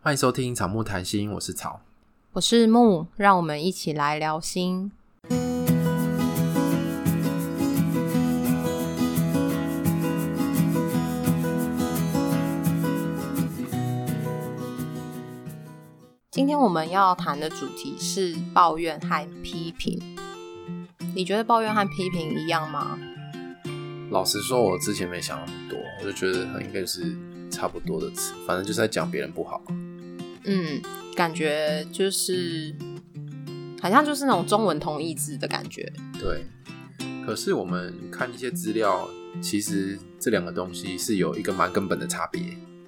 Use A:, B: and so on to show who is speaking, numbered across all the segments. A: 欢迎收听草木谈心，我是草。
B: 我是木，让我们一起来聊心。今天我们要谈的主题是抱怨和批评。你觉得抱怨和批评一样吗？
A: 老实说，我之前没想那么多，我就觉得它应该是差不多的词，反正就是在讲别人不好。
B: 嗯，感觉就是好像就是那种中文同义字的感觉。
A: 对，可是我们看一些资料，其实这两个东西是有一个蛮根本的差别。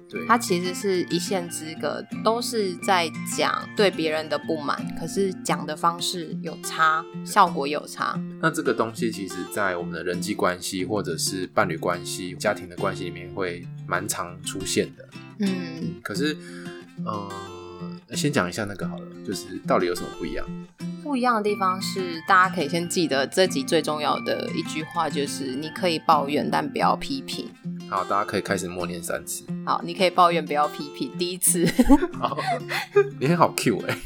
A: 对，
B: 它其实是一线之隔，都是在讲对别人的不满，可是讲的方式有差，效果有差。
A: 那这个东西其实，在我们的人际关系或者是伴侣关系、家庭的关系里面，会蛮常出现的。
B: 嗯，
A: 可是，呃，先讲一下那个好了，就是到底有什么不一样？
B: 不一样的地方是，大家可以先记得这集最重要的一句话就是：你可以抱怨，但不要批评。
A: 好，大家可以开始默念三次。
B: 好，你可以抱怨，不要批评。第一次
A: 好， 你很好 Q 哎、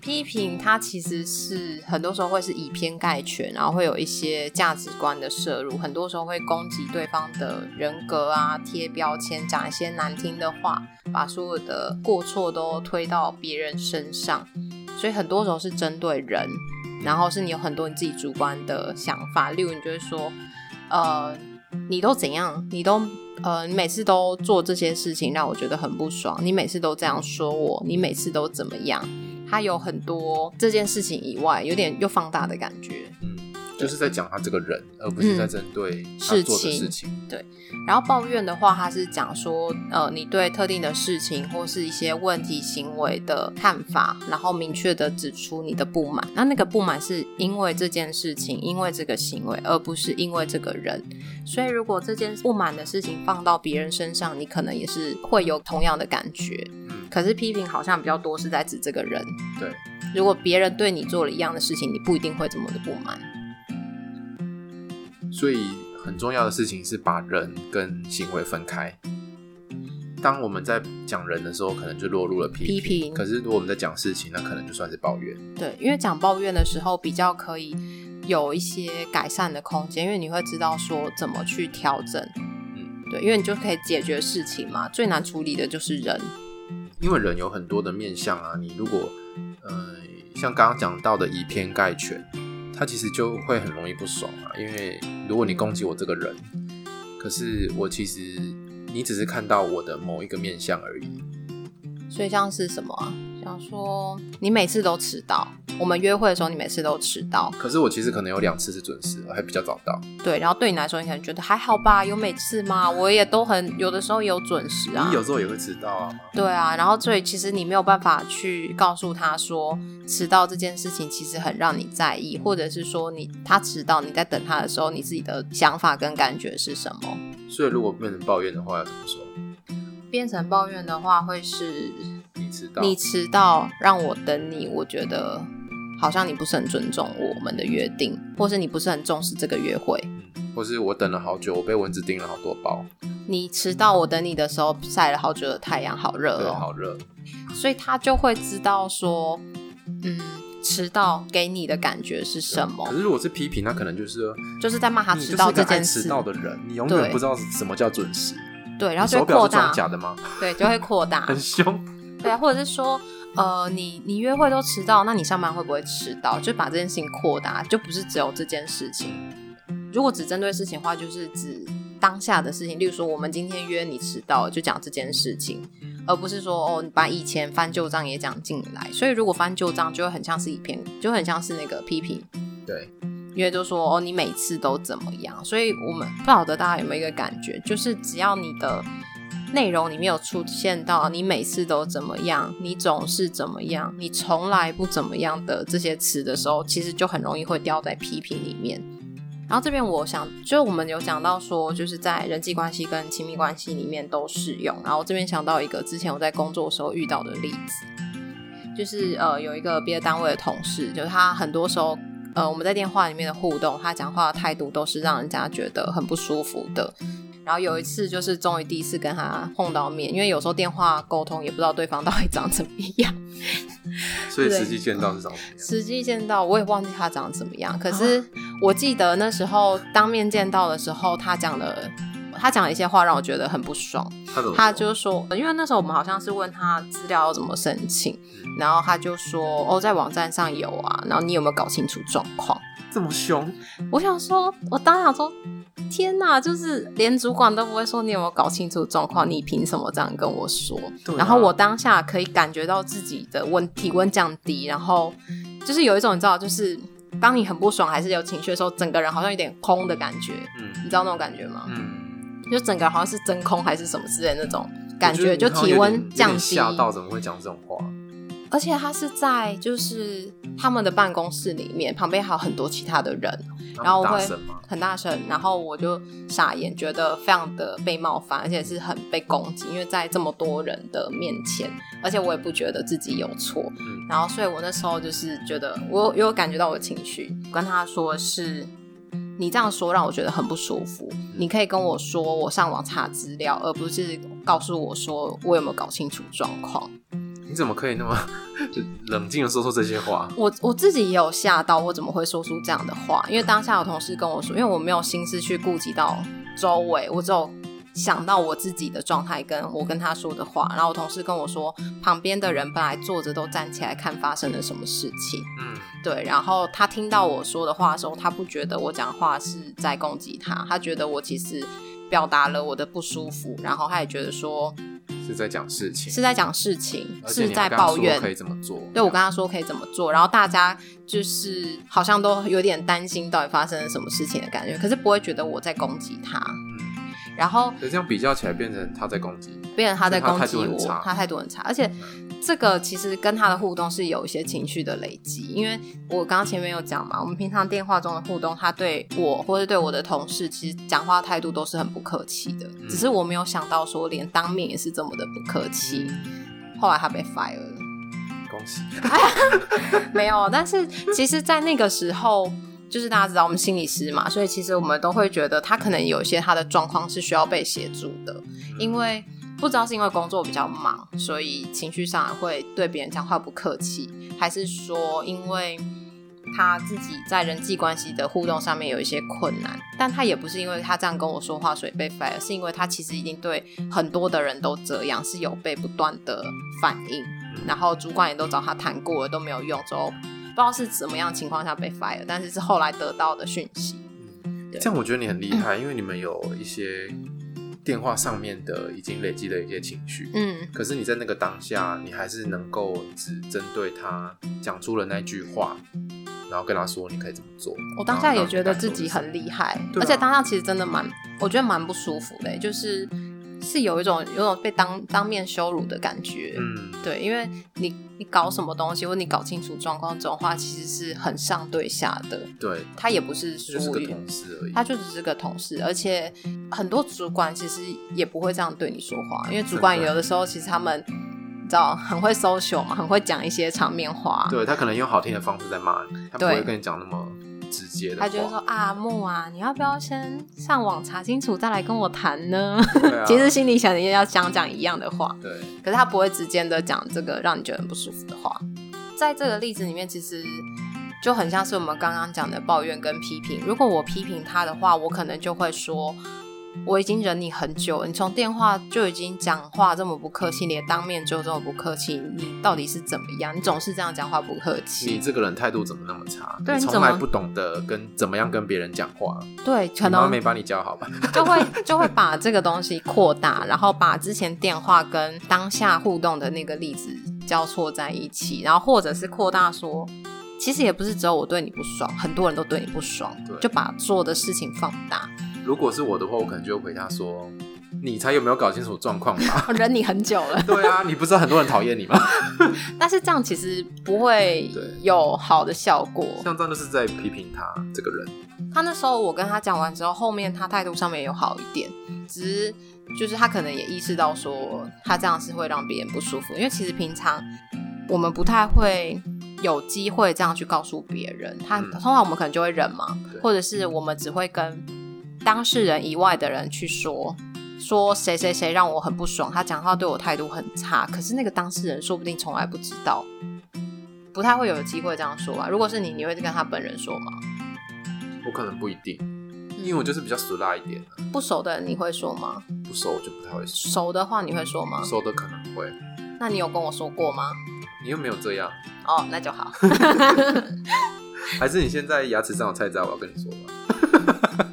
B: 批评，它其实是很多时候会是以偏概全，然后会有一些价值观的摄入，很多时候会攻击对方的人格啊，贴标签，讲一些难听的话，把所有的过错都推到别人身上，所以很多时候是针对人，然后是你有很多你自己主观的想法，例如你就会说，呃，你都怎样，你都。呃，你每次都做这些事情让我觉得很不爽。你每次都这样说我，你每次都怎么样？他有很多这件事情以外，有点又放大的感觉。
A: 嗯，就是在讲他这个人，而不是在针对他做的嗯事情。
B: 然后抱怨的话，他是讲说，呃，你对特定的事情或是一些问题行为的看法，然后明确的指出你的不满。那那个不满是因为这件事情，因为这个行为，而不是因为这个人。所以，如果这件不满的事情放到别人身上，你可能也是会有同样的感觉。
A: 嗯，
B: 可是批评好像比较多是在指这个人。
A: 对，
B: 如果别人对你做了一样的事情，你不一定会这么的不满。
A: 所以很重要的事情是把人跟行为分开。当我们在讲人的时候，可能就落入了批评。
B: 批评
A: 可是如果我们在讲事情，那可能就算是抱怨。
B: 对，因为讲抱怨的时候比较可以有一些改善的空间，因为你会知道说怎么去调整。
A: 嗯，
B: 对，因为你就可以解决事情嘛。最难处理的就是人。
A: 因为人有很多的面相啊，你如果呃像刚刚讲到的以偏概全，他其实就会很容易不爽啊。因为如果你攻击我这个人，可是我其实你只是看到我的某一个面相而已，
B: 所以像是什么啊？想说你每次都迟到，我们约会的时候你每次都迟到，
A: 可是我其实可能有两次是准时，还比较早到。
B: 对，然后对你来说你可能觉得还好吧，有每次吗？我也都很有的时候也有准时啊，
A: 你有时候也会迟到啊。
B: 对啊，然后所以其实你没有办法去告诉他说迟到这件事情其实很让你在意，或者是说你他迟到你在等他的时候，你自己的想法跟感觉是什么？
A: 所以如果变成抱怨的话，要怎么说？
B: 变成抱怨的话，会是
A: 你迟到，
B: 你迟到让我等你，我觉得好像你不是很尊重我们的约定，或是你不是很重视这个约会。
A: 嗯，或是我等了好久，我被蚊子叮了好多包，
B: 你迟到我等你的时候晒了好久的太阳，好热
A: 对，
B: 哦，
A: 好热。
B: 所以他就会知道说，嗯，迟到给你的感觉是什么
A: 可。是如果是批评，那可能就是
B: 就是在骂他
A: 你
B: 迟
A: 嗯就是
B: 到
A: 个
B: 这
A: 爱
B: 件事，
A: 迟到的人，你永
B: 对
A: 远不知道什么叫准时。
B: 对，然
A: 你
B: 后就
A: 手
B: 会
A: 表
B: 扩
A: 是装
B: 大，
A: 假的吗？
B: 对，就会扩大
A: 很，凶。
B: 对啊，或者是说，呃，你你约会都迟到，那你上班会不会迟到？就把这件事情扩大，就不是只有这件事情。如果只针对事情的话，就是指当下的事情，例如说我们今天约你迟到，就讲这件事情，而不是说哦，你把以前翻旧账也讲进来。所以如果翻旧账，就会很像是一篇，就很像是那个批评
A: 对，
B: 因为就说哦，你每次都怎么样？所以我们不晓得大家有没有一个感觉，就是只要你的内容里面有出现到啊你每次都怎么样，你总是怎么样，你从来不怎么样的这些词的时候，其实就很容易会掉在批评里面。然后这边我想，就我们有讲到说，就是在人际关系跟亲密关系里面都适用。然后我这边想到一个之前我在工作的时候遇到的例子，就是呃有一个别的单位的同事，就是他很多时候呃我们在电话里面的互动，他讲话的态度都是让人家觉得很不舒服的。然后有一次就是终于第一次跟他碰到面，因为有时候电话沟通也不知道对方到底长怎么样，
A: 所以
B: 对
A: 实际见到是长什么样？
B: 实际见到我也忘记他长怎么样，可是我记得那时候当面见到的时候，他讲了他讲了一些话让我觉得很不爽。
A: 他怎么说？
B: 他就说，因为那时候我们好像是问他资料要怎么申请，然后他就说，哦，在网站上有啊，然后你有没有搞清楚状况？
A: 这么凶，
B: 我想说，我当时想说，天哪，就是连主管都不会说你有没有搞清楚状况，你凭什么这样跟我说？
A: 对啊
B: 然后我当下可以感觉到自己的温体温降低，然后就是有一种你知道，就是当你很不爽还是有情绪的时候，整个人好像有点空的感觉，你
A: 嗯
B: 知道那种感觉吗？
A: 嗯，
B: 就整个好像是真空还是什么之类的那种感
A: 我
B: 觉，
A: 得
B: 就
A: 你好像
B: 体
A: 有
B: 温
A: 点有
B: 降
A: 点
B: 低。
A: 吓到怎么会讲这种话？
B: 而且他是在就是他们的办公室里面，旁边还有很多其他的人，
A: 他们
B: 然后我
A: 大
B: 会
A: 声吗？
B: 很大声，然后我就傻眼，觉得非常的被冒犯，而且是很被攻击，因为在这么多人的面前，而且我也不觉得自己有错，
A: 嗯
B: 然后所以我那时候就是觉得我有有感觉到我的情绪，跟他说是。你这样说让我觉得很不舒服。你可以跟我说我上网查资料，而不是告诉我说我有没有搞清楚状况。
A: 你怎么可以那么 冷静的说出这些话？
B: 我我自己也有吓到，我怎么会说出这样的话？因为当下有同事跟我说，因为我没有心思去顾及到周围，我只有想到我自己的状态，跟我跟他说的话。然后我同事跟我说，旁边的人本来坐着都站起来看发生了什么事情。
A: 嗯，
B: 对，然后他听到我说的话的时候，他不觉得我讲话是在攻击他，他觉得我其实表达了我的不舒服，然后他也觉得说
A: 是在讲事情，
B: 是在讲事情，
A: 而且
B: 是
A: 你还
B: 在
A: 跟他
B: 抱
A: 说
B: 怨，
A: 可以怎么做？
B: 对我跟他说可以怎么做，然后大家就是好像都有点担心到底发生了什么事情的感觉，可是不会觉得我在攻击他。
A: 嗯，
B: 然后
A: 可是这样比较起来，变成他在攻击你。
B: 别人他在攻击
A: 所以他态度很差
B: 我，他态度很差，而且这个其实跟他的互动是有一些情绪的累积，因为我刚刚前面有讲嘛，我们平常电话中的互动，他对我或者对我的同事，其实讲话态度都是很不客气的，
A: 嗯
B: 只是我没有想到说连当面也是这么的不客气，后来他被 fire 了。
A: 恭喜，
B: 没有，但是其实，在那个时候，就是大家知道我们心理师嘛，所以其实我们都会觉得他可能有一些他的状况是需要被协助的，因为不知道是因为工作比较忙，所以情绪上来会对别人讲话不客气，还是说因为。他自己在人际关系的互动上面有一些困难，但他也不是因为他这样跟我说话所以被 fire，是因为他其实已经对很多的人都这样，是有被不断的反应。然后主管也都找他谈过了，都没有用，之后不知道是怎么样情况下被 fire，但是是后来得到的讯息。嗯对
A: 这样我觉得你很厉害，因为你们有一些电话上面的已经累积的一些情绪，
B: 嗯，
A: 可是你在那个当下，你还是能够只针对他讲出了那句话，然后跟他说你可以怎么做。
B: 我当下
A: 然后让
B: 也
A: 你
B: 觉得
A: 感
B: 自
A: 受
B: 己
A: 是
B: 很厉害，
A: 对啊
B: 而且当下其实真的蛮，我觉得蛮不舒服的，就是是有一种有种被当当面羞辱的感觉。
A: 嗯，
B: 对，因为你你搞什么东西，或你搞清楚状况这种话，其实是很上对下的，
A: 对，
B: 他也不是
A: 这就是
B: 属
A: 个
B: 于。
A: 同事而已。
B: 他就只是个同事，而且很多主管其实也不会这样对你说话，因为主管
A: 真的
B: 有的时候其实他们你知道很会 social 嘛，很会讲一些场面话，
A: 对他可能用好听的方式在骂你，他不
B: 对
A: 会跟你讲那么直接的
B: 他
A: 话。
B: 就会说啊木啊，你要不要先上网查清楚再来跟我谈呢？
A: 对啊
B: 其实心里想的要讲讲一样的话，
A: 对，
B: 可是他不会直接的讲这个让你觉得很不舒服的话。在这个例子里面，其实就很像是我们刚刚讲的抱怨跟批评。如果我批评他的话，我可能就会说。我已经忍你很久了，你从电话就已经讲话这么不客气，连当面就这么不客气，你到底是怎么样？你总是这样讲话不客
A: 你
B: 气，
A: 这个人态度怎么那么差？
B: 对
A: 你
B: 你
A: 从
B: 怎么
A: 来不懂得跟怎么样跟别人讲话，
B: 对，可
A: 你妈
B: 能
A: 没把你教好吧？
B: 就会就会把这个东西扩大，然后把之前电话跟当下互动的那个例子交错在一起，然后或者是扩大说，其实也不是只有我对你不爽，很多人都对你不爽
A: 对，
B: 就把做的事情放大。
A: 如果是我的话，我可能就会回他说：“你才有没有搞清楚状况吧，
B: 我哦忍你很久了？”
A: 对啊，你不知道很多人讨厌你吗？
B: 但是这样其实不 会
A: 对
B: 有好的效果。
A: 像这样就是在批评他这个人。
B: 他那时候我跟他讲完之后，后面他态度上面有好一点，只是就是他可能也意识到说他这样是会让别人不舒服，因为其实平常我们不太会有机会这样去告诉别人，他
A: 嗯
B: 通常我们可能就会忍嘛
A: 对，
B: 或者是我们只会跟当事人以外的人去说，说谁谁谁让我很不爽，他讲话对我态度很差，可是那个当事人说不定从来不知道，不太会有机会这样说吧？如果是你，你会跟他本人说吗？
A: 我可能不一定，因为我就是比较俗辣一点、啊，
B: 不熟的人你会说吗？
A: 不熟我就不太会说，
B: 熟的话你会说吗？
A: 熟的可能会。
B: 那你有跟我说过吗？
A: 你又没有这样，
B: 哦，那 就好。
A: 还是你现在牙齿上有菜渣，我要跟你说吧。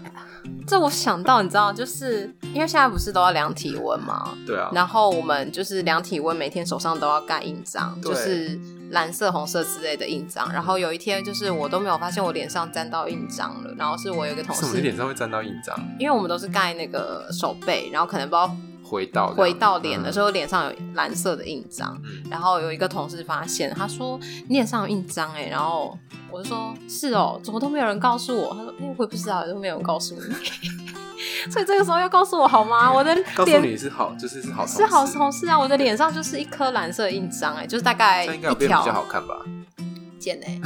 B: 这我想到，你知道，就是因为现在不是都要量体温吗？
A: 对啊，
B: 然后我们就是量体温，每天手上都要盖印章，
A: 对
B: 就是蓝色、红色之类的印章。然后有一天，就是我都没有发现我脸上沾到印章了。然后是我有一个同
A: 为什么你
B: 事
A: 脸，上会沾到印章？
B: 因为我们都是盖那个手背，然后可能不知道
A: 回到嗯
B: 回到脸的时
A: 候，
B: 候，脸上有蓝色的印章。
A: 嗯
B: 然后有一个同事发现，他说你脸上有印章哎、然后我就说是哦，怎么都没有人告诉我？他说哎、我也不知道，都没有人告 诉你，所以这个时候要告诉我好吗？我的
A: 告诉
B: 脸
A: 你是好，就是是好同事，
B: 是好同事啊，我的脸上就是一颗蓝色印章哎、就是大概
A: 这样应该有
B: 一
A: 变得比较
B: 条
A: 好看吧？
B: 见哎、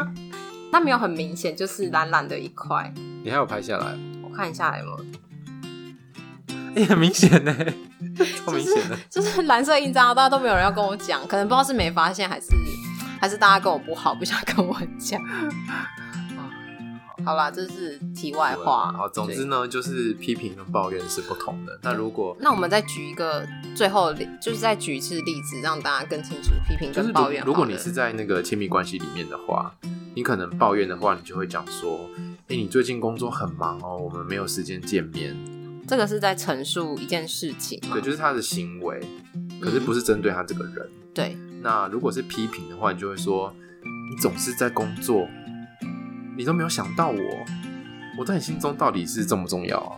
B: 那没有很明显，就是蓝蓝的一块，
A: 你还有拍下来，
B: 我看一下有没有，
A: 哎，很明显 呢，超明
B: 就是
A: 显的。
B: 就是蓝色印章啊，大家都没有人要跟我讲，可能不知道是没发现还是还是大家跟我不好，不想跟我讲。好啦，这是题外话。
A: 啊好，总之
B: 对，
A: 呢，就是批评跟抱怨是不同的。那如果
B: 那我们再举一个最后的例，就是再举一次例子，让大家更清楚批评
A: 就是
B: 跟
A: 如
B: 抱怨好了。
A: 如果你是在那个亲密关系里面的话，你可能抱怨的话，你就会讲说：“哎、你最近工作很忙哦，我们没有时间见面。
B: 这个是在陈述一件事情嘛，
A: 对，就是他的行为，可是不是针对他这个人。
B: 对
A: 那如果是批评的话，你就会说：“你总是在工作，你都没有想到我，我在你心中到底是重不重要啊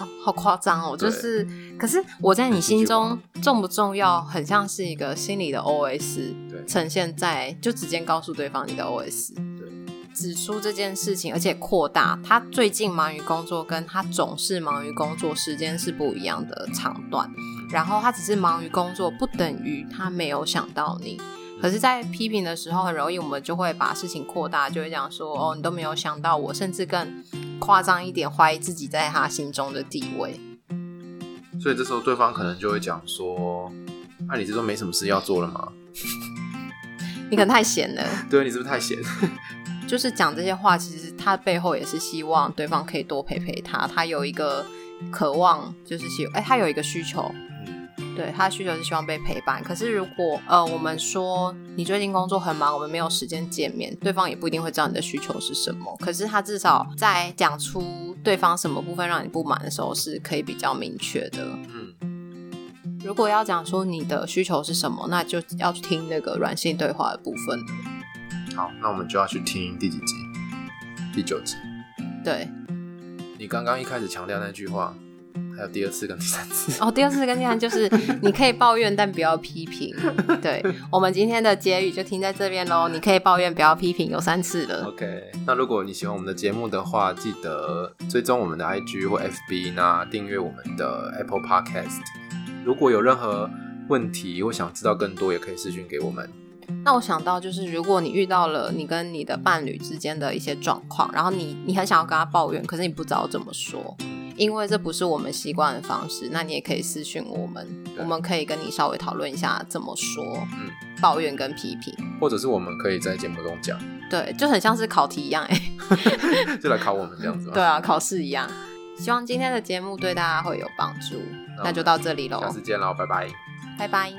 B: 哦，好夸张哦！
A: 对
B: 就是，可是我在你心中重不重要，很像是一个心理的 OS，
A: 嗯对
B: 呈现在就直接告诉对方你的 OS，
A: 对，
B: 指出这件事情，而且扩大他最近忙于工作，跟他总是忙于工作时间是不一样的长短，然后他只是忙于工作，不等于他没有想到你。
A: 嗯
B: 可是，在批评的时候，很容易我们就会把事情扩大，就会讲说：“哦，你都没有想到我，甚至更夸张一点，怀疑自己在他心中的地位。？”
A: 所以这时候对方可能就会讲说：“那、你是说没什么事要做了吗？
B: 你可能太闲了。
A: 对，你是不是太闲？”
B: 就是讲这些话，其实他背后也是希望对方可以多陪陪他，他有一个渴望，就是希哎、他有一个需求，
A: 嗯，
B: 对他的需求是希望被陪伴。可是如果呃，我们说你最近工作很忙，我们没有时间见面，对方也不一定会知道你的需求是什么。可是他至少在讲出对方什么部分让你不满的时候，是可以比较明确的。
A: 嗯。
B: 如果要讲说你的需求是什么，那就要听那个软性对话的部分了。
A: 好，那我们就要去听第几集？第九集。
B: 对，
A: 你刚刚一开始强调那句话，还有第二次跟第三 次。
B: 哦，第二次跟第三就是你可以抱怨，但不要批评。对我们今天的结语就停在这边喽。你可以抱怨，不要批评，有三次了。
A: OK，那如果你喜欢我们的节目的话，记得追踪我们的 IG 或 FB，那订阅我们的 Apple Podcast。如果有任何问题或想知道更多，也可以私讯给我们。
B: 那我想到就是，如果你遇到了你跟你的伴侣之间的一些状况，然后你你很想要跟他抱怨，可是你不知道怎么说，因为这不是我们习惯的方式，那你也可以私讯我们，
A: 对
B: 我们可以跟你稍微讨论一下怎么说，
A: 嗯，
B: 抱怨跟批评，
A: 或者是我们可以在节目中讲，
B: 对，就很像是考题一样、哎。
A: 就来考我们这样子吧。
B: 对，啊，考试一样。希望今天的节目对大家会有帮助，
A: 那我们
B: 那就到这里喽
A: 下，次见喽，拜拜。
B: 拜拜。